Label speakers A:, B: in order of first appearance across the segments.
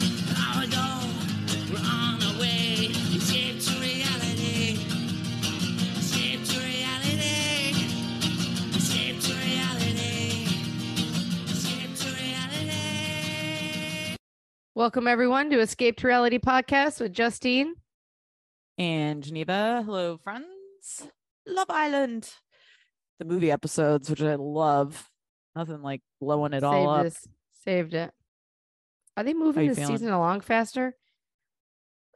A: An hour ago, we're on our way. Escape to reality. Escape to reality. Escape to reality. Escape to reality.
B: Welcome everyone to Escape to Reality podcast with Justine.
C: and Geneva. Hello, friends. Love Island, the movie episodes, which I love. Nothing like blowing it all up.
B: this. Saved it. Are they moving
C: you
B: this
C: feeling?
B: season along faster?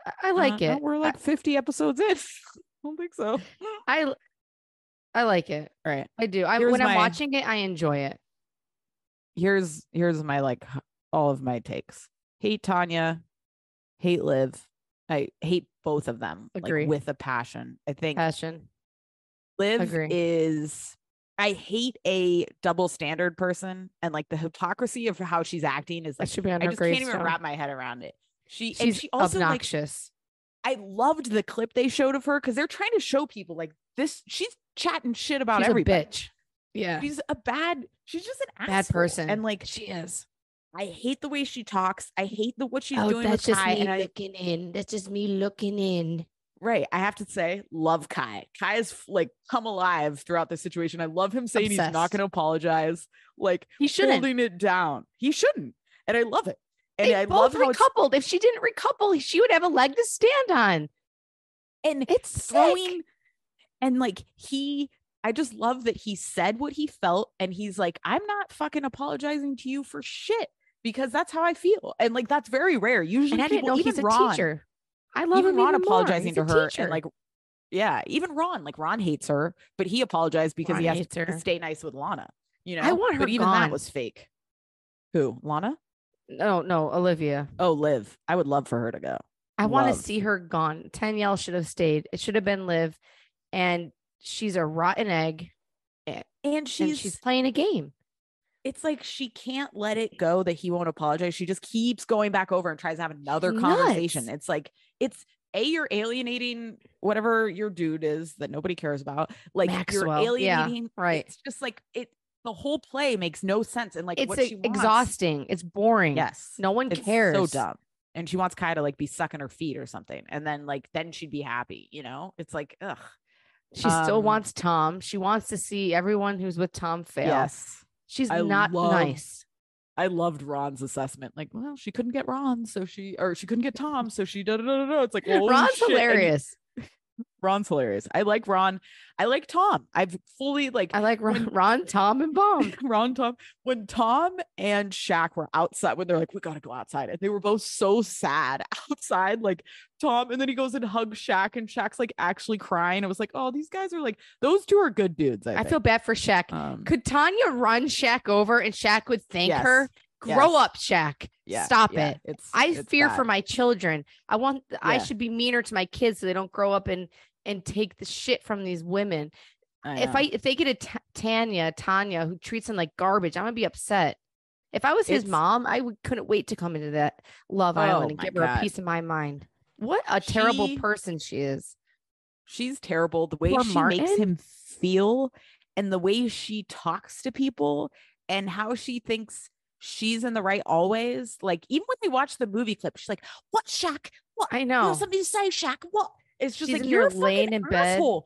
B: I, I
C: Uh,
B: like
C: no,
B: it.
C: We're like 50 episodes in. I don't think so.
B: I l- I like it.
C: All right.
B: I do. I
C: Here's
B: when I'm
C: my-
B: watching it, I enjoy it.
C: Here's here's my like h- all of my takes. Hate Tanya, hate Liv. I hate both of them.
B: Agree.
C: Like with a passion. I think
B: Passion.
C: Liv
B: Agree.
C: is I hate a double standard person and like the hypocrisy of how she's acting is
B: I
C: like
B: should be on
C: I
B: her
C: just can't even
B: gravestone.
C: wrap my head around it. She and
B: She's
C: she also
B: obnoxious.
C: like I loved the clip they showed of her because they're trying to show people like this. She's chatting shit about
B: She's a
C: everybody.
B: bitch. Yeah.
C: She's a bad. She's just an
B: Bad
C: asshole.
B: person.
C: And like
B: she is.
C: I hate the way she talks. I hate the what she's
B: oh,
C: doing
B: that's
C: with
B: just
C: Kai.
B: me
C: And I,
B: looking in. That's just me looking in.
C: right, I have to say, love Kai. Kai is f- like come alive throughout this situation. I love him saying he's not
B: Obsessed.
C: going to apologize. Like
B: He shouldn't.
C: holding it down. He shouldn't. And I love it. And
B: they
C: I love
B: both
C: how it's-
B: recoupled. If she didn't recouple, she would have a leg to stand on.
C: and
B: It's sick.
C: throwing and like he I just love that he said what he felt and he's like, I'm not fucking apologizing to you for shit because that's how I feel. And like that's very rare. Usually
B: and I didn't
C: people,
B: know
C: even
B: he's a
C: Ron,
B: teacher. I love
C: even
B: him
C: Ron
B: even more.
C: apologizing
B: He's
C: to
B: a
C: her
B: teacher.
C: and like yeah, even Ron, like Ron hates her, but he apologized because
B: Ron
C: he has
B: hates her.
C: to stay nice with Lana. You know,
B: I want her
C: but even
B: gone.
C: that was fake. Who? Lana?
B: no, no, Olivia.
C: Oh, Liv. I would love for her to go.
B: I want
C: Love.
B: to see her gone. Tanyelle should have stayed. It should have been Liv, and she's a rotten egg,
C: And she's,
B: and she's playing a game.
C: it's like she can't let it go that he won't apologize. She just keeps going back over and tries to have another conversation.
B: nuts.
C: It's like it's a you're alienating whatever your dude is that nobody cares about. Like
B: Maxwell,
C: you're
B: yeah,
C: alienating.
B: right.
C: It's just like it. The whole play makes no sense. And like
B: It's
C: what
B: e-
C: she wants-
B: exhausting. It's boring.
C: Yes.
B: no one
C: it's
B: cares.
C: So dumb. And she wants Kai to like be sucking her feet or something, and then like then she'd be happy. You know, it's like ugh.
B: She still
C: Um,
B: wants Tom. She wants to see everyone who's with Tom fail.
C: Yes.
B: she's
C: I
B: not
C: love-
B: nice.
C: I loved Ron's assessment. Like, well, she couldn't get Ron, so she or she couldn't get Tom, so she da da da da. da. It's like holy
B: Ron's
C: shit. And
B: hilarious.
C: Ron's hilarious. I like Ron. I like Tom. I've fully like
B: I like Ron,
C: when-
B: Ron, Tom, and Bomb.
C: Ron Tom when Tom and Shaq were outside when they're like, we gotta go outside, and they were both so sad outside. Like Tom, and then he goes and hugs Shaq, and Shaq's like actually crying. It was like, oh, these guys are like those two are good dudes. I,
B: I feel bad for Shaq.
C: Um,
B: Could Tanya run Shaq over and Shaq would thank
C: Yes.
B: her? Grow
C: Yes.
B: up, Shaq.
C: yeah,
B: Stop
C: yeah,
B: it.
C: It's
B: I
C: it's
B: fear
C: bad.
B: for my children. I want I
C: Yeah.
B: should be meaner to my kids so they don't grow up and and take the shit from these women.
C: I
B: if
C: know.
B: I if they get a Ta- Tanya, Tanya who treats them like garbage, I'm going to be upset. If I was his
C: It's-
B: mom, I would, couldn't wait to come into that Love
C: Oh
B: Island and
C: my
B: give her
C: God.
B: a piece of my mind.
C: What
B: A terrible
C: she-
B: person she is.
C: She's terrible. The way
B: Poor
C: she makes
B: Martin.
C: him feel and the way she talks to people and how she thinks she's in the right always. Like, even when they watch the movie clip, she's like, What, Shaq? What?
B: I
C: You
B: know.
C: have something to say, Shaq? What? It's just
B: She's
C: like,
B: in
C: You're
B: her
C: a
B: laying
C: fucking
B: in bed.
C: asshole.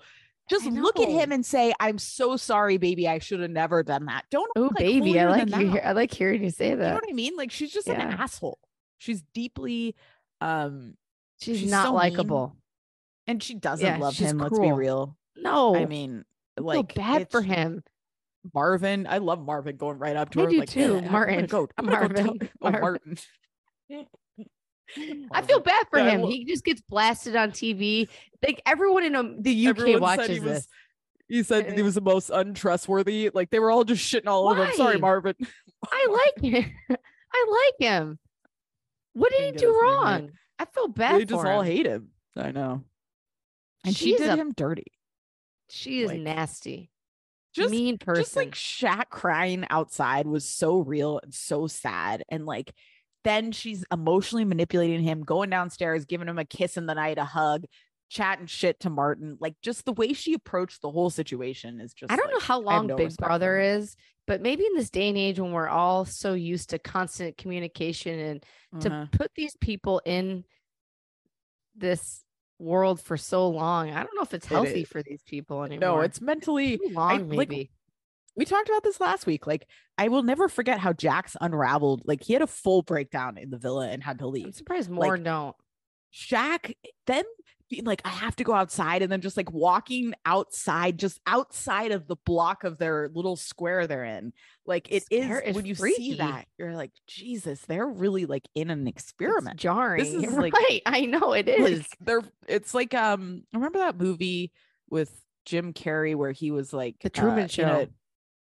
C: Just
B: I
C: look at
B: know.
C: him and say, I'm so sorry, baby. I should have never done that. Don't,
B: Oh,
C: act
B: baby, I
C: holier
B: like
C: than
B: you.
C: thou.
B: he- I like hearing you say
C: You know
B: that.
C: what I mean? Like, she's just an
B: Yeah.
C: asshole. She's deeply, um,
B: She's,
C: She's
B: not
C: so mean.
B: likable.
C: and she doesn't
B: Yeah,
C: love
B: she's
C: him. Let's
B: cruel.
C: be real.
B: No,
C: I mean,
B: I feel
C: like
B: bad for
C: it's-
B: him.
C: Marvin. I love Marvin going right up to
B: I
C: her.
B: do
C: like,
B: too,
C: "Yeah, I'm gonna
B: Martin.
C: go- I'm gonna go
B: Marvin,
C: tell- oh, Martin.
B: Marvin. I feel bad for
C: Yeah, I
B: him.
C: will-
B: He just gets blasted on TV. Like everyone in um, the UK
C: Everyone said
B: watches
C: he was.
B: this.
C: He said that he
B: Uh,
C: was the most untrustworthy. Like they were all just shitting all over. him. Sorry,
B: Why?
C: Marvin.
B: I like him. I like him. What did he
C: Couldn't get
B: do
C: his name right.
B: wrong? I feel bad
C: They just
B: for
C: all
B: him.
C: hate him. I know. And she
B: She's
C: did
B: a
C: him dirty.
B: She is
C: like,
B: nasty.
C: Just
B: mean person.
C: Just like Shaq crying outside was so real and so sad. And like then she's emotionally manipulating him, going downstairs, giving him a kiss in the night, a hug, chatting shit to Martin. Like just the way she approached the whole situation is just
B: I don't know
C: like,
B: how long
C: no
B: Big
C: respect for
B: Brother
C: him.
B: is, but maybe in this day and age when we're all so used to constant communication and
C: Uh-huh.
B: to put these people in this world for so long. I don't know if it's
C: It
B: healthy
C: is.
B: for these people anymore.
C: No, it's mentally
B: too long,
C: like,
B: maybe.
C: we talked about this last week. Like I will never forget how Jax unraveled. Like he had a full breakdown in the villa and had to leave.
B: I'm surprised more don't.
C: Shaq then being like, I have to go outside, and then just like walking outside, just outside of the block of their little square they're in. Like it is
B: Square is
C: when you see
B: freaky.
C: that, you're like, Jesus, they're really like in an
B: It's
C: experiment.
B: jarring.
C: is
B: You're
C: like-
B: right. I know it
C: Like,
B: is.
C: they're it's like um remember that movie with Jim Carrey where he was like uh,
B: The Truman
C: in
B: Show.
C: a-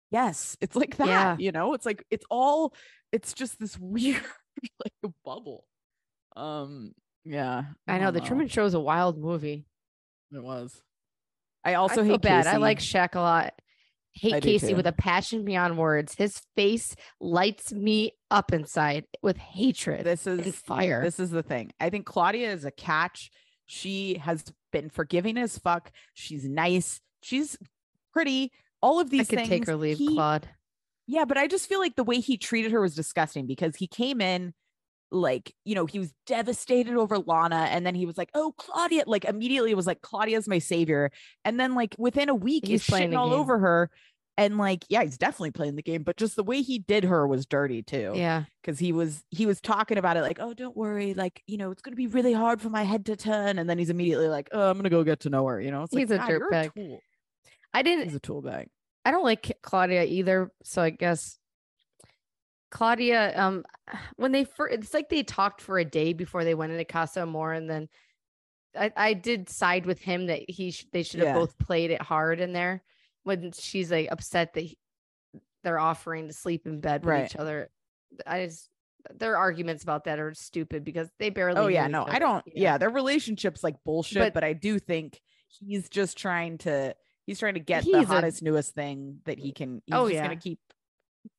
C: yes, it's like that,
B: Yeah.
C: you know, it's like it's all it's just this weird like bubble. Um yeah.
B: I know
C: don't
B: the Truman Show is a wild movie.
C: It was. I also
B: I feel
C: hate
B: bad. I
C: Casey.
B: like Shaq a lot. Hate
C: I do
B: Casey with
C: too.
B: a passion beyond words. His face lights me up inside with hatred
C: this
B: and
C: is
B: fire.
C: this is the thing. I think Claudia is a catch. She has been forgiving as fuck. She's nice. She's pretty. All of these
B: I could
C: things.
B: take or leave
C: he-
B: Claude.
C: Yeah, but I just feel like the way he treated her was disgusting because he came in like, you know, he was devastated over Lana and then he was like, "Oh, Claudia," like immediately was like, "Claudia's my savior." And then like within a week he's,
B: He's playing
C: shitting
B: the
C: all
B: game.
C: over her and like, yeah, he's definitely playing the game, but just the way he did her was dirty too
B: Yeah.
C: because he was he was talking about it like oh don't worry like you know it's going to be really hard for my head to turn and then he's immediately like oh i'm going to go get to know her you know it's like,
B: He's a
C: "God, you're
B: dirtbag.
C: tool."
B: I didn't
C: he's a tool bag
B: I don't like Claudia either. So I guess Claudia, um, when they first, it's like they talked for a day before they went into Casa Amor, and then I, I did side with him that he sh- they should have
C: Yeah.
B: both played it hard in there when she's like upset that he- they're offering to sleep in bed with
C: Right.
B: each other. I just their arguments about that are stupid because they barely.
C: oh
B: knew
C: yeah
B: each
C: no i
B: other,
C: don't
B: you know?
C: yeah their relationship's like bullshit but,
B: But-
C: i do think he's just trying to he's trying to get the
B: He's a-
C: hottest newest thing that he can he's
B: Oh,
C: just
B: yeah.
C: going to keep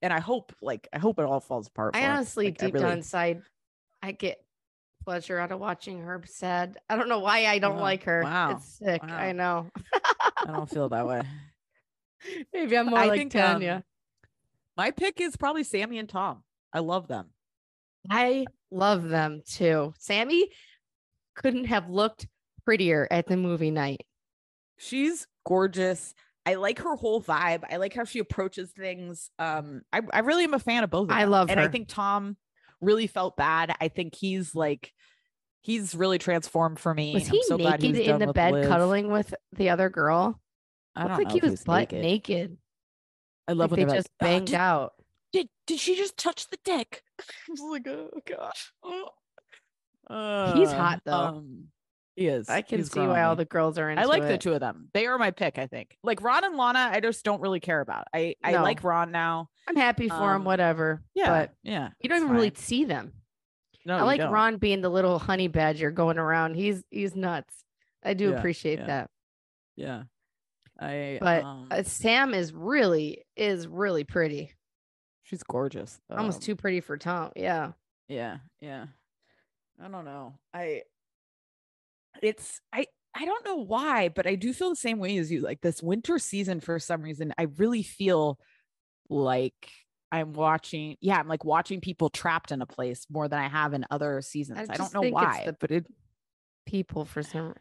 C: and i hope like i hope it all falls apart for
B: I
C: him.
B: honestly,
C: Like, I
B: deep down
C: really-
B: inside, I get pleasure out of watching her sad. I don't know why I don't
C: Wow.
B: like her.
C: Wow.
B: It's sick. I know.
C: i don't feel that way
B: Maybe I'm more
C: i
B: like
C: think
B: Tanya.
C: um, my pick is probably sammy and tom i love them
B: I love them too. Sammy couldn't have looked prettier at the movie night.
C: she's gorgeous i like her whole vibe i like how she approaches things um i, I really am a fan of both of
B: I
C: them.
B: love
C: and i
B: her.
C: think tom really felt bad i think he's like he's really transformed for me
B: Was
C: I'm
B: he
C: so glad
B: naked
C: was
B: in
C: done
B: the
C: with
B: bed
C: Liv.
B: cuddling with the other girl?
C: i don't
B: Looked
C: know
B: like he
C: if he
B: was butt
C: naked.
B: naked.
C: i love
B: Like
C: when
B: they
C: they're
B: just
C: like, "Oh,
B: banged
C: did,
B: out.
C: Did, did she just touch the dick i was like oh gosh oh.
B: He's
C: Uh,
B: hot, though.
C: um, he is
B: I can
C: He's
B: see
C: growing on
B: why all
C: me.
B: the girls are into
C: I like
B: it.
C: the two of them. They are my pick, I think. Like Ron and Lana, I just don't really care about. I I
B: No.
C: like Ron now.
B: I'm happy for
C: Um,
B: him, whatever.
C: Yeah.
B: But
C: yeah.
B: you don't
C: it's
B: even really
C: fine.
B: see them.
C: No,
B: I
C: Oh, you
B: like
C: don't.
B: Ron being the little honey badger going around. He's he's nuts. I do
C: Yeah,
B: appreciate
C: yeah.
B: that.
C: Yeah. I
B: But
C: um,
B: Uh, Sam is really is really pretty.
C: She's gorgeous.
B: Almost
C: um,
B: too pretty for Tom. Yeah.
C: Yeah, yeah. I don't know. I it's I I don't know why, but I do feel the same way as you. Like this winter season for some reason, I really feel like I'm watching yeah, I'm like watching people trapped in a place more than I have in other seasons. I, don't
B: just
C: know
B: think it's
C: why,
B: the
C: but it
B: People for some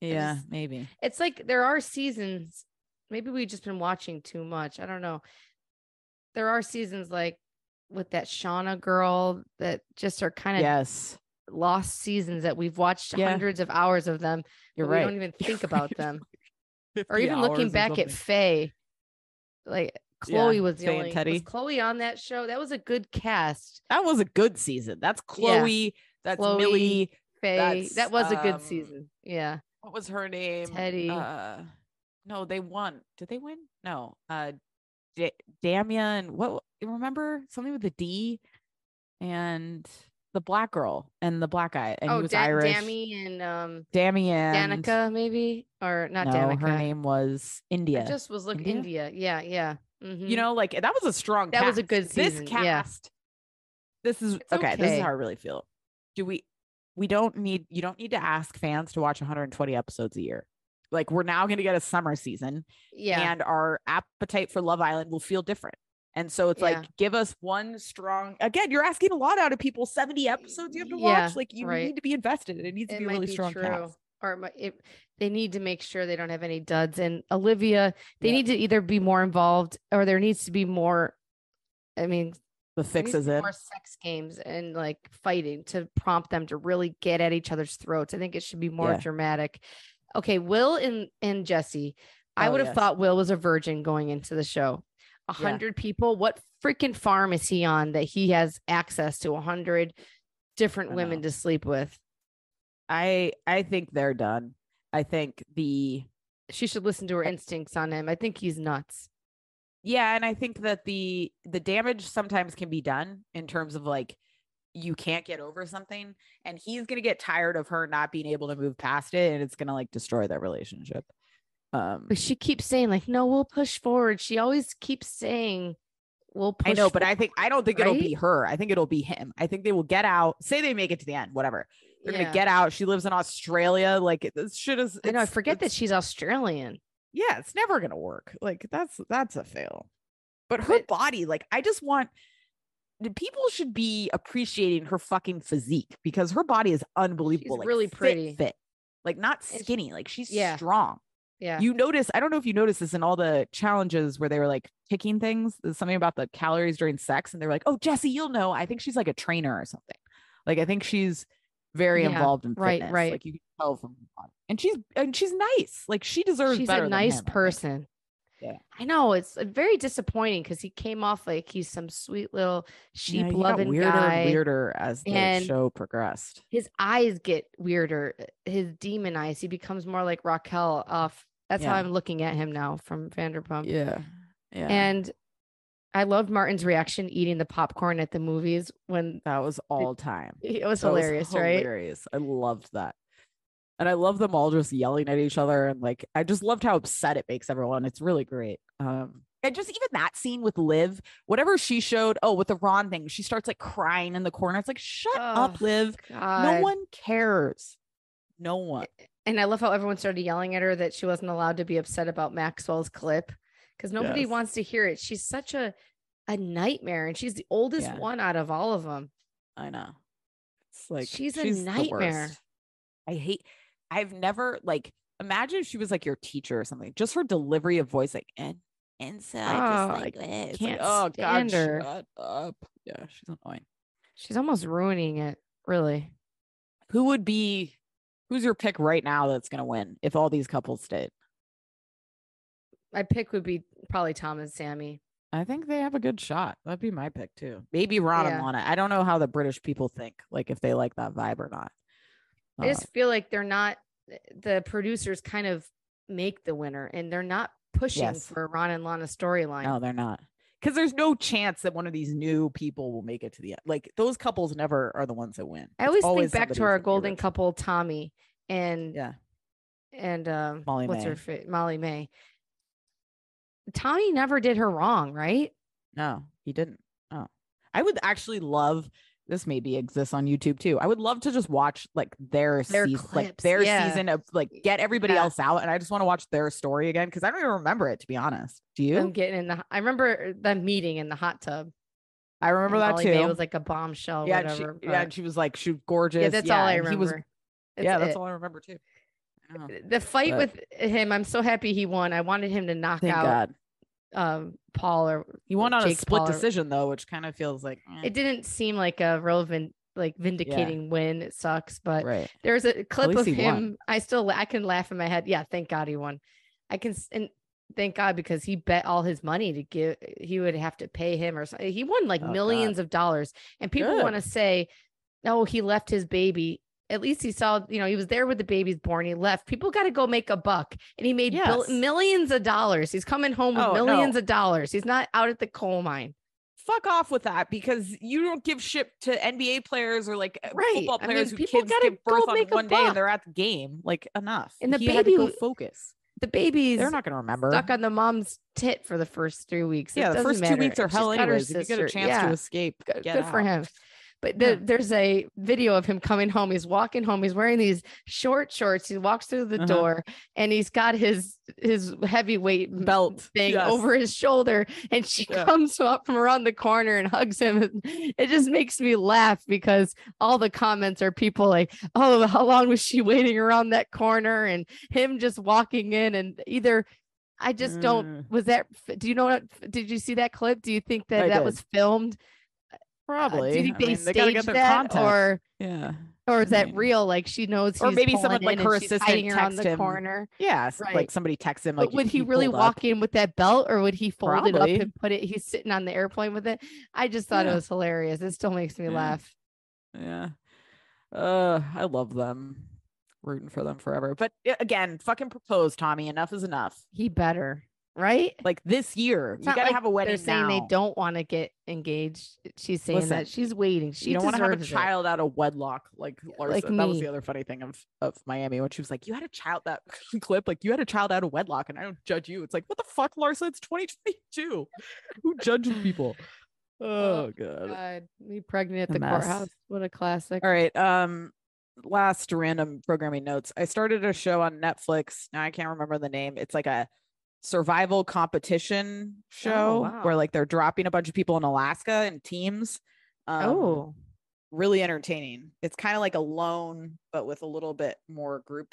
C: yeah,
B: just-
C: maybe.
B: it's like there are seasons. Maybe we've just been watching too much. I don't know. There are seasons like with that Shauna girl that just are kind of
C: Yes.
B: lost seasons that we've watched
C: Yeah.
B: hundreds of hours of them.
C: You're
B: but
C: right.
B: We don't even think about them. Or
C: 50
B: even
C: hours
B: looking
C: or
B: back at
C: something.
B: Faye, like
C: Yeah,
B: Chloe was the
C: Faye and
B: only
C: Teddy.
B: was Chloe on that show. That was a good cast.
C: that was a good season. That's
B: Yeah.
C: Chloe. That's
B: Chloe,
C: Millie.
B: Faye,
C: That's,
B: that was a good
C: um,
B: season. Yeah,
C: what was her name?
B: Teddy.
C: Uh, no, they won. Did they win? No. Uh, D- Damian. What? w- Remember something with the D and the black girl and the black guy and he
B: oh,
C: was
B: da-
C: Irish.
B: Dami and um
C: Damian.
B: Danica maybe or not
C: no,
B: Danica.
C: her name was
B: I
C: India.
B: just was looking
C: India?
B: India. Yeah, yeah. Mhm.
C: you know, like that was a strong.
B: That was a
C: cast.
B: good season,
C: This
B: yeah.
C: cast. This is
B: It's
C: okay. This is
B: okay.
C: how I really feel. Do we? We don't need. You don't need to ask fans to watch 120 episodes a year. Like we're now going to get a summer season.
B: yeah.
C: and our appetite for Love Island will feel different. And so it's
B: Yeah.
C: like, give us one strong. Again, you're asking a lot out of people. Seventy episodes you have to
B: Yeah,
C: watch. Like you
B: right.
C: need to be invested. It needs to
B: it
C: be a
B: might
C: really
B: be
C: strong.
B: true.
C: Cast.
B: Or it might- it, they need to make sure they don't have any duds. And Olivia, they
C: Yeah.
B: need to either be more involved or there needs to be more. I mean, there
C: The
B: needs
C: fix is
B: to be
C: in.
B: more sex games and like fighting to prompt them to really get at each other's throats. I think it should be more
C: Yeah.
B: dramatic. Okay, Will and and Jesse. I
C: Oh,
B: would have
C: yes.
B: thought Will was a virgin going into the show. A
C: Yeah.
B: hundred people. What freaking farm is he on that he has access to a hundred different
C: I
B: women
C: know.
B: to sleep with?
C: I I think they're done. I think the
B: she should listen to her instincts on him. I think he's nuts.
C: yeah, and I think that the the damage sometimes can be done in terms of like you can't get over something, and he's gonna get tired of her not being able to move past it, and it's gonna like destroy their relationship. Um,
B: But she keeps saying like, "No, we'll push forward." She always keeps saying, "We'll push."
C: I know, but I think I don't think it'll be
B: right?
C: her. I think it'll be him. I think they will get out. Say they make it to the end, whatever. They're
B: Yeah.
C: gonna get out. She lives in Australia. Like it- this shit is.
B: I know. I
C: it's-
B: forget that
C: it's-
B: she's Australian.
C: Yeah, it's never gonna work. Like that's that's a fail. But her
B: But-
C: body, like I just want. the People should be appreciating her fucking physique because her body is unbelievable. like,
B: really
C: fit,
B: pretty.
C: fit, like not
B: And she-
C: skinny. Like she's
B: yeah.
C: strong.
B: Yeah.
C: You notice, I don't know if you noticed this in all the challenges where they were like picking things, there's something about the calories during sex, and they were like, oh, Jesse, you'll know. I think she's like a trainer or something. Like, I think she's very
B: Yeah,
C: involved in
B: right,
C: fitness.
B: right.
C: Like, you can tell from her body. And she's, and she's nice. Like, she deserves
B: she's
C: better
B: a
C: than
B: nice
C: him, I think.
B: person.
C: Yeah.
B: I know it's uh, very disappointing because he came off like he's some sweet little
C: Yeah,
B: sheep
C: he got
B: loving
C: weirder
B: guy.
C: and weirder as the
B: and-
C: show progressed.
B: His eyes get weirder. uh, His demon eyes. He becomes more like Raquel off. That's how
C: Yeah.
B: I'm looking at him now from Vanderpump.
C: Yeah. Yeah.
B: And I loved Martin's reaction eating the popcorn at the movies when
C: that was all time.
B: it was
C: That was
B: hilarious, right?
C: Hilarious. I loved that. And I love them all just yelling at each other and like I just loved how upset it makes everyone. It's really great. Um and just even that scene with Liv, whatever she showed, oh, with the Ron thing, she starts like crying in the corner. It's like, shut up,
B: Oh,
C: Liv. No
B: God.
C: one cares. No one.
B: And I love how everyone started yelling at her that she wasn't allowed to be upset about Maxwell's clip because nobody
C: Yes.
B: wants to hear it. She's such a a nightmare, and she's the oldest
C: Yeah.
B: one out of all of them.
C: I know. It's like
B: She's a
C: the
B: nightmare.
C: worst. I hate. I've never like. Imagine if she was like your teacher or something. Just her delivery of voice, like and and so I
B: Oh,
C: just
B: I
C: like eh," it's like,
B: can't
C: oh
B: stand
C: god,
B: her.
C: shut up. Yeah, she's annoying.
B: She's almost ruining it, really.
C: Who would be? Who's your pick right now that's gonna win if all these couples stayed?
B: My pick would be probably Tom and Sammy.
C: I think they have a good shot. That'd be my pick too. Maybe Ron and
B: Yeah.
C: Lana. I don't know how the British people think, like if they like that vibe or not.
B: I
C: Uh,
B: just feel like they're not the producers kind of make the winner, and they're not pushing
C: Yes.
B: for Ron and Lana storyline.
C: No, they're not. Because there's no chance that one of these new people will make it to the end. Like those couples never are the ones that win.
B: I
C: It's
B: always,
C: always
B: think back
C: somebody
B: to our
C: from the
B: golden
C: original-
B: couple, Tommy and
C: Yeah.
B: and um,
C: Molly
B: what's
C: Mae.
B: her fit? Molly May. Tommy never did her wrong, right?
C: No, he didn't. Oh. I would actually love this maybe exists on YouTube too. I would love to just watch like their,
B: Their
C: seas- like
B: clips,
C: their
B: yeah.
C: season of like get everybody
B: Yeah.
C: else out and I just want to watch their story again cuz I don't even remember it to be honest. Do you?
B: I'm getting in the. I remember that meeting in the hot tub.
C: I remember
B: and
C: that
B: Molly
C: too.
B: Mae was like a bombshell.
C: yeah, and she,
B: whatever.
C: yeah,
B: or-
C: and she was like she was gorgeous.
B: yeah, that's all I
C: and
B: remember.
C: He was,
B: That's
C: yeah, that's
B: it.
C: all I remember too. Oh. I know.
B: The fight
C: But-
B: with him, I'm so happy he won. I wanted him to knock
C: Thank
B: out
C: God.
B: um, Paul, or
C: He won on
B: Jake
C: a split
B: Paul-
C: decision though, which kind of feels like eh,
B: it didn't seem like a relevant, like vindicating win. It sucks, but
C: right.
B: There was a clip
C: least
B: of
C: he
B: him.
C: won.
B: I still I can laugh in my head. Yeah, thank God he won. I can s- and thank God because he bet all his money to give. He would have to pay him or something. He won like
C: Oh, God.
B: millions of dollars, and people
C: Good.
B: want to say, "No, he left his baby." At least he saw, you know, he was there when the baby's born. He left. People got to go make a buck, and he made bill-
C: Yes.
B: millions of dollars. He's coming home with
C: Oh, no.
B: millions of dollars. He's not out at the coal mine.
C: fuck off with that because you don't give shit to NBA players or like uh,
B: Right.
C: football
B: I mean,
C: players who
B: people
C: kids
B: gotta
C: give
B: go
C: birth on
B: make a
C: one day and they're at the game. Like enough.
B: And the
C: he had to go
B: baby-
C: focus.
B: The baby's
C: They're not gonna remember.
B: stuck on the mom's tit for the first three weeks. It
C: yeah, the
B: doesn't
C: first
B: matter.
C: two weeks are
B: She's
C: hell
B: got her
C: anyways. If you get
B: sister.
C: a chance
B: Yeah.
C: to escape,
B: good,
C: get
B: good for
C: out.
B: him. But the,
C: Yeah.
B: there's a video of him coming home. He's walking home. He's wearing these short shorts. He walks through the
C: Uh-huh.
B: door and he's got his his heavyweight m-
C: Belt
B: thing
C: yes.
B: over his shoulder. And she
C: Yeah.
B: comes up from around the corner and hugs him. It just makes me laugh because all the comments are people like, "Oh, how long was she waiting around that corner?" and him just walking in and either. I just don't. Was that? Do you know what? Did you see that clip? Do you think that
C: Mm. I
B: that
C: did.
B: was filmed? Uh,
C: Probably.
B: Did he,
C: I
B: they
C: mean, they gotta
B: stage
C: get their
B: that,
C: contact.
B: or
C: Yeah.
B: or is
C: I
B: that
C: mean-
B: real? Like she knows,
C: Or
B: he's
C: maybe
B: pulling
C: someone, like,
B: in and
C: her
B: she's
C: assistant
B: hiding around
C: text
B: the
C: him,
B: corner.
C: Yeah. s-
B: Right.
C: Like somebody texts him
B: But
C: like
B: would he really
C: pulled
B: walk
C: up.
B: in with that belt, or would he fold it up
C: Probably.
B: and put it? He's sitting on the airplane with it. I just thought it
C: Yeah.
B: was hilarious. It still makes me
C: Yeah.
B: laugh.
C: Yeah. Uh, I love them. Rooting for them forever. But uh, again, fucking propose, Tommy. Enough is enough.
B: He better, right?
C: Like this year,
B: It's
C: you
B: not
C: gotta
B: like
C: have a
B: They're
C: wedding
B: saying
C: now.
B: they don't want to get engaged. She's saying
C: Listen,
B: that she's waiting. She
C: you don't want to have a
B: deserves it.
C: child out of wedlock like Larsa.
B: like
C: that was
B: me.
C: the other funny thing of of Miami when she was like, "You had a child that clip, like you had a child out of wedlock, and I don't judge you." It's like, what the fuck, Larsa? It's 2022. Who judges people? Oh god.
B: God, me pregnant at
C: A
B: the
C: mess.
B: courthouse. What a classic.
C: All right. Um, last random programming notes. I started a show on Netflix. Now I can't remember the name. It's like a survival competition show where
B: Oh, wow.
C: like they're dropping a bunch of people in Alaska and teams. Um,
B: Oh,
C: really entertaining. It's kind of like alone, but with a little bit more group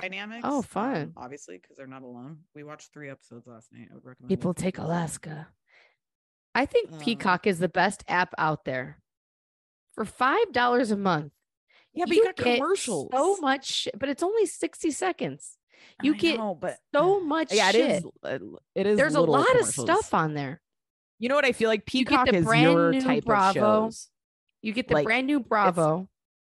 C: dynamics.
B: Oh,
C: um,
B: fun.
C: obviously, because they're not alone. We watched three episodes last night. I would recommend it.
B: people take Alaska. I think
C: Um,
B: Peacock is the best app out there. For five dollars a month,
C: Yeah, but you, got
B: get
C: commercials.
B: So much, shit, but it's only sixty seconds. You
C: I
B: get
C: know, but
B: so much.
C: yeah, it
B: shit.
C: is. l- It is.
B: There's a
C: little
B: lot of
C: commercials.
B: stuff on there.
C: You know what I feel like?
B: get
C: Peacock
B: the
C: is
B: brand
C: your
B: new
C: type
B: Bravo.
C: of shows.
B: You get the
C: Like,
B: brand new Bravo,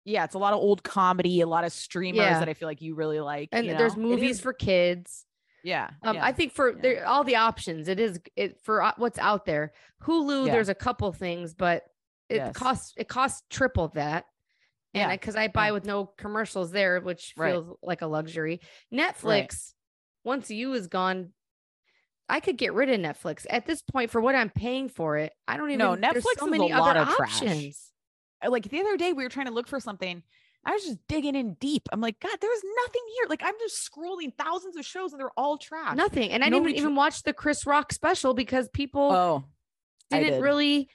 C: Yeah, it's a lot of old comedy, a lot of streamers
B: Yeah.
C: that I feel like you really like.
B: and
C: you
B: there's
C: know? It
B: movies
C: is-
B: for kids.
C: Yeah,
B: Um,
C: yeah.
B: I think for
C: yeah.
B: there, all the options, it is it for uh, what's out there. Hulu,
C: Yeah.
B: there's a couple things, but it
C: Yes.
B: costs it costs triple that. And
C: Yeah,
B: because I, buy with no commercials there, which
C: Right.
B: feels like a luxury. Netflix, once you is gone, I could get rid of Netflix at this point for what I'm paying for it. I don't even
C: No,
B: there's
C: Netflix
B: so
C: is a
B: many
C: lot
B: other
C: of trash.
B: options.
C: I- like the other day we were trying to look for something. I was just digging in deep. I'm like, God, there's nothing here. Like I'm just scrolling thousands of shows and they're all trash.
B: Nothing. And I
C: Nobody
B: didn't
C: tr-
B: even watch the Chris Rock special because people
C: Oh, I
B: didn't
C: did.
B: really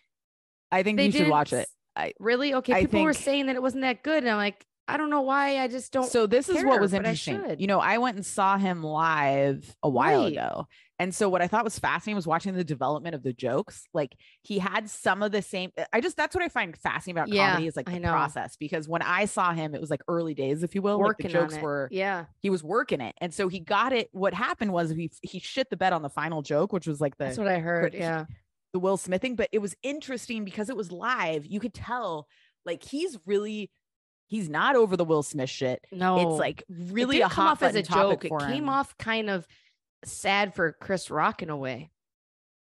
C: I think you should
B: didn't
C: watch it.
B: s-
C: I-
B: really okay.
C: I
B: People were
C: think-
B: saying that it wasn't that good, and I'm like, I don't know why. I just don't.
C: so this is what
B: care,
C: was
B: but I
C: interesting.
B: should.
C: You know, I went and saw him live a while
B: Right.
C: ago. And so what I thought was fascinating was watching the development of the jokes. Like he had some of the same I just that's what I find fascinating about
B: Yeah,
C: comedy is like
B: I
C: the
B: know.
C: process because when I saw him it was like early days if you will,
B: working
C: like the jokes
B: on it.
C: were
B: yeah,
C: he was working it. And so he got it what happened was he he shit the bed on the final joke which was like the
B: that's what I heard.
C: he-
B: Yeah,
C: the Will Smith thing, but it was interesting because it was live. You could tell like he's really he's not over the Will Smith shit.
B: no,
C: It's like
B: It
C: really
B: didn't
C: a
B: come
C: hot
B: off as
C: button
B: a
C: topic
B: joke. It
C: for
B: came
C: him.
B: off kind of sad for Chris Rock in a way.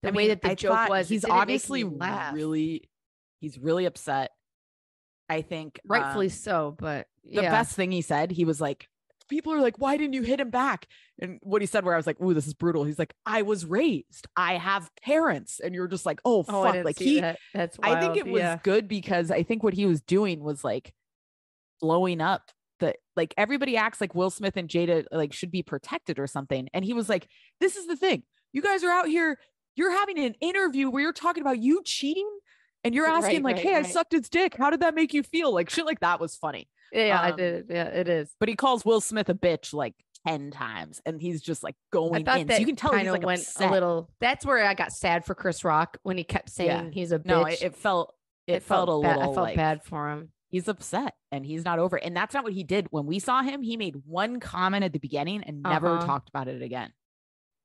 B: The
C: I
B: way
C: mean,
B: that the
C: I
B: joke
C: thought
B: was, it
C: he's
B: didn't make me
C: obviously
B: laugh.
C: really he's really upset. I think
B: rightfully
C: um,
B: so, but
C: the
B: yeah.
C: best thing he said, he was like, People are like, why didn't you hit him back? And what he said, where I was like, Ooh, this is brutal. He's like, I was raised. I have parents. And you're just like, Oh,
B: Oh, I
C: fuck.
B: didn't
C: Like,
B: see
C: he,
B: that. That's
C: I think
B: wild,
C: it was
B: yeah.
C: good because I think what he was doing was like blowing up the like everybody acts like Will Smith and Jada like should be protected or something. And he was like, This is the thing. You guys are out here, you're having an interview where you're talking about you cheating and you're
B: Right,
C: asking, like,
B: right,
C: hey,
B: right.
C: I sucked its dick. How did that make you feel? Like shit like that was funny.
B: yeah, yeah, I
C: um,
B: did. it. Yeah, it is.
C: But he calls Will Smith a bitch like 10 times and he's just like
B: I
C: going
B: thought
C: in.
B: that
C: So you can tell he's
B: kinda
C: like
B: went
C: upset.
B: a little. That's where I got sad for Chris Rock when he kept saying
C: Yeah.
B: he's a bitch.
C: no, it, it felt it, felt, a
B: bad-
C: little
B: I felt
C: like,
B: bad for him.
C: he's upset and he's not over. it. And that's not what he did when we saw him. He made one comment at the beginning and never
B: Uh-huh.
C: talked about it again.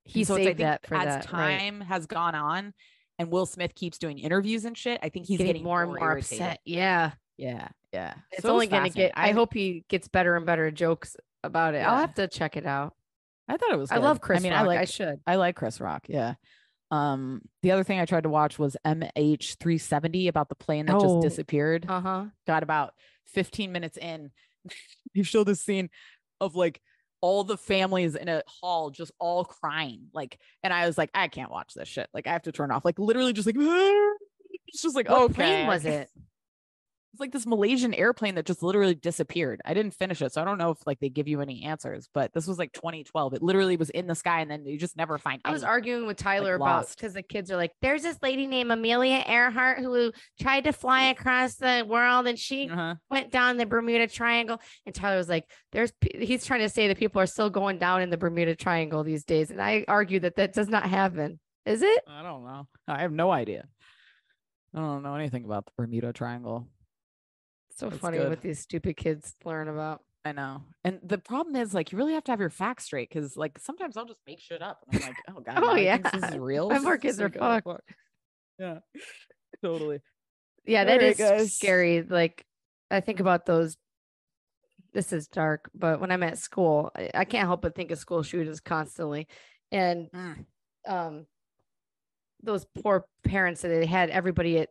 C: And
B: He
C: so it's, I
B: saved
C: think
B: that for
C: as
B: that. right.
C: time has gone on and Will Smith keeps doing interviews and shit, I think he's getting,
B: more and more
C: irritated.
B: upset. Yeah,
C: Yeah, yeah.
B: it's
C: So it was
B: only going to get.
C: fascinating.
B: I, hope he gets better and better jokes about it. I'll
C: Yeah.
B: have to check it out.
C: I thought it was.
B: I love
C: good.
B: Chris
C: I mean,
B: Rock.
C: I like.
B: I should.
C: I like Chris Rock. Yeah. Um, the other thing I tried to watch was MH370 about the plane that
B: Oh.
C: just disappeared.
B: Uh huh.
C: got about 15 minutes in you show this scene of like all the families in a hall just all crying like and i was like i can't watch this shit like i have to turn off like literally just like it's just like
B: What
C: okay
B: plane was it?
C: it's like this malaysian airplane that just literally disappeared i didn't finish it so i don't know if like they give you any answers but this was like 2012 it literally was in the sky and then you just never find
B: I was
C: any.
B: arguing with Tyler about
C: lost.
B: because the kids are like, "There's this lady named Amelia Earhart who tried to fly across the world, and she
C: uh-huh.
B: went down the Bermuda Triangle. And Tyler was like, "There's," p- he's trying to say that people are still going down in the Bermuda Triangle these days, and I argue that that does not happen. Is it?
C: i don't know i have no idea i don't know anything about the bermuda triangle
B: So
C: That's
B: funny
C: good.
B: what these stupid kids learn about.
C: I know. And the problem is like you really have to have your facts straight because like sometimes I'll just make shit up and I'm like, oh god,
B: Oh,
C: no, he thinks this
B: yeah.
C: is real.
B: My poor
C: This is
B: kids are
C: like, oh,
B: fucked.
C: fuck. Yeah, totally.
B: Yeah, that
C: Alright,
B: is
C: guys.
B: scary. Like I think about those. This is dark, but when I'm at school, I, I can't help but think of school shootings constantly, and
C: Mm.
B: um, those poor parents that they had everybody at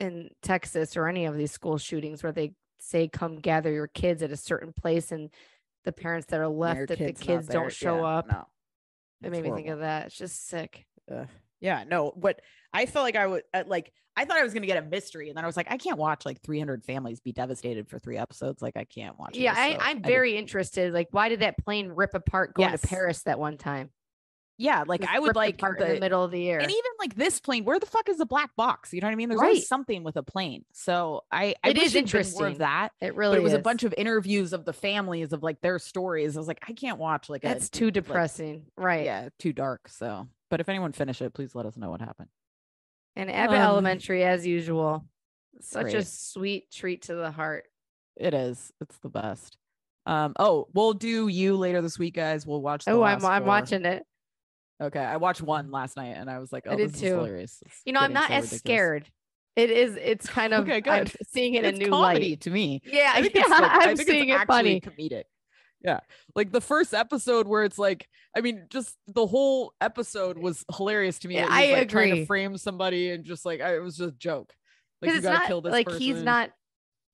B: in Texas or any of these school shootings where they say come gather your kids at a certain place and the parents that are
C: And
B: left
C: your
B: that the
C: not
B: kids
C: there.
B: don't show
C: Yeah,
B: up.
C: No.
B: It
C: It's
B: made me think
C: horrible.
B: of that. It's just sick.
C: Ugh. yeah, no. What I felt like I would uh, like, I thought I was gonna get a mystery, and then I was like, I can't watch like 300 families be devastated for three episodes. Like, I can't watch.
B: Yeah,
C: this,
B: I,
C: so
B: I'm
C: did-
B: very interested. Like, why did that plane rip apart going
C: Yes.
B: to Paris that one time?
C: yeah, like
B: Just
C: I would
B: ripped
C: like
B: apart in the middle of the air.
C: and even like this plane, where the fuck is the black box? You know what I mean? There's
B: Right.
C: always something with a plane. So I, I
B: It
C: wish
B: is
C: it'd been more
B: interesting, Oh,
C: of that.
B: it really
C: But it was
B: is.
C: a bunch of interviews of the families of like their stories. I was like, I can't watch like
B: that's
C: a,
B: too depressing, right?
C: yeah, too dark. So, but if anyone finish it, please let us know what happened.
B: And Abbott
C: Um,
B: Elementary, as usual, such a
C: great.
B: sweet treat to the heart.
C: It is. It's the best. Um. Oh, we'll do you later this week, guys. We'll watch. the
B: Oh, I'm
C: last
B: I'm
C: four.
B: watching it.
C: Okay, I watched one last night, and I was like,
B: I
C: oh,
B: did
C: this is
B: too.
C: hilarious. It's
B: You know, I'm
C: getting
B: not
C: so
B: as
C: ridiculous.
B: scared. It is. It's kind of
C: Okay,
B: I'm
C: good.
B: seeing it in a
C: It's
B: new
C: comedy
B: light.
C: to me.
B: Yeah,
C: I think
B: yeah,
C: it's like, I
B: I'm
C: think it's
B: seeing it funny.
C: actually comedic. Yeah. Like the first episode where it's like, I mean, just the whole episode was hilarious to me.
B: Yeah,
C: that he was,
B: I
C: like, Trying
B: agree.
C: to frame somebody and just like, I, it was just a joke.
B: Because
C: Like, you
B: it's
C: gotta
B: not
C: kill this
B: like
C: person.
B: he's not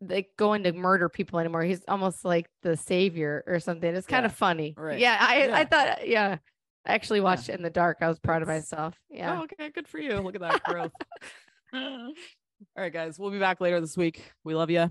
B: like going to murder people anymore. He's almost like the savior or something. It's kind
C: Yeah,
B: of funny.
C: right.
B: Yeah, I I
C: Yeah.
B: thought yeah. I actually watched it in the dark. I was proud of
C: It's-
B: myself. Yeah.
C: Oh, okay. Good for you. Look at that growth. All right, guys. We'll be back later this week. We love you.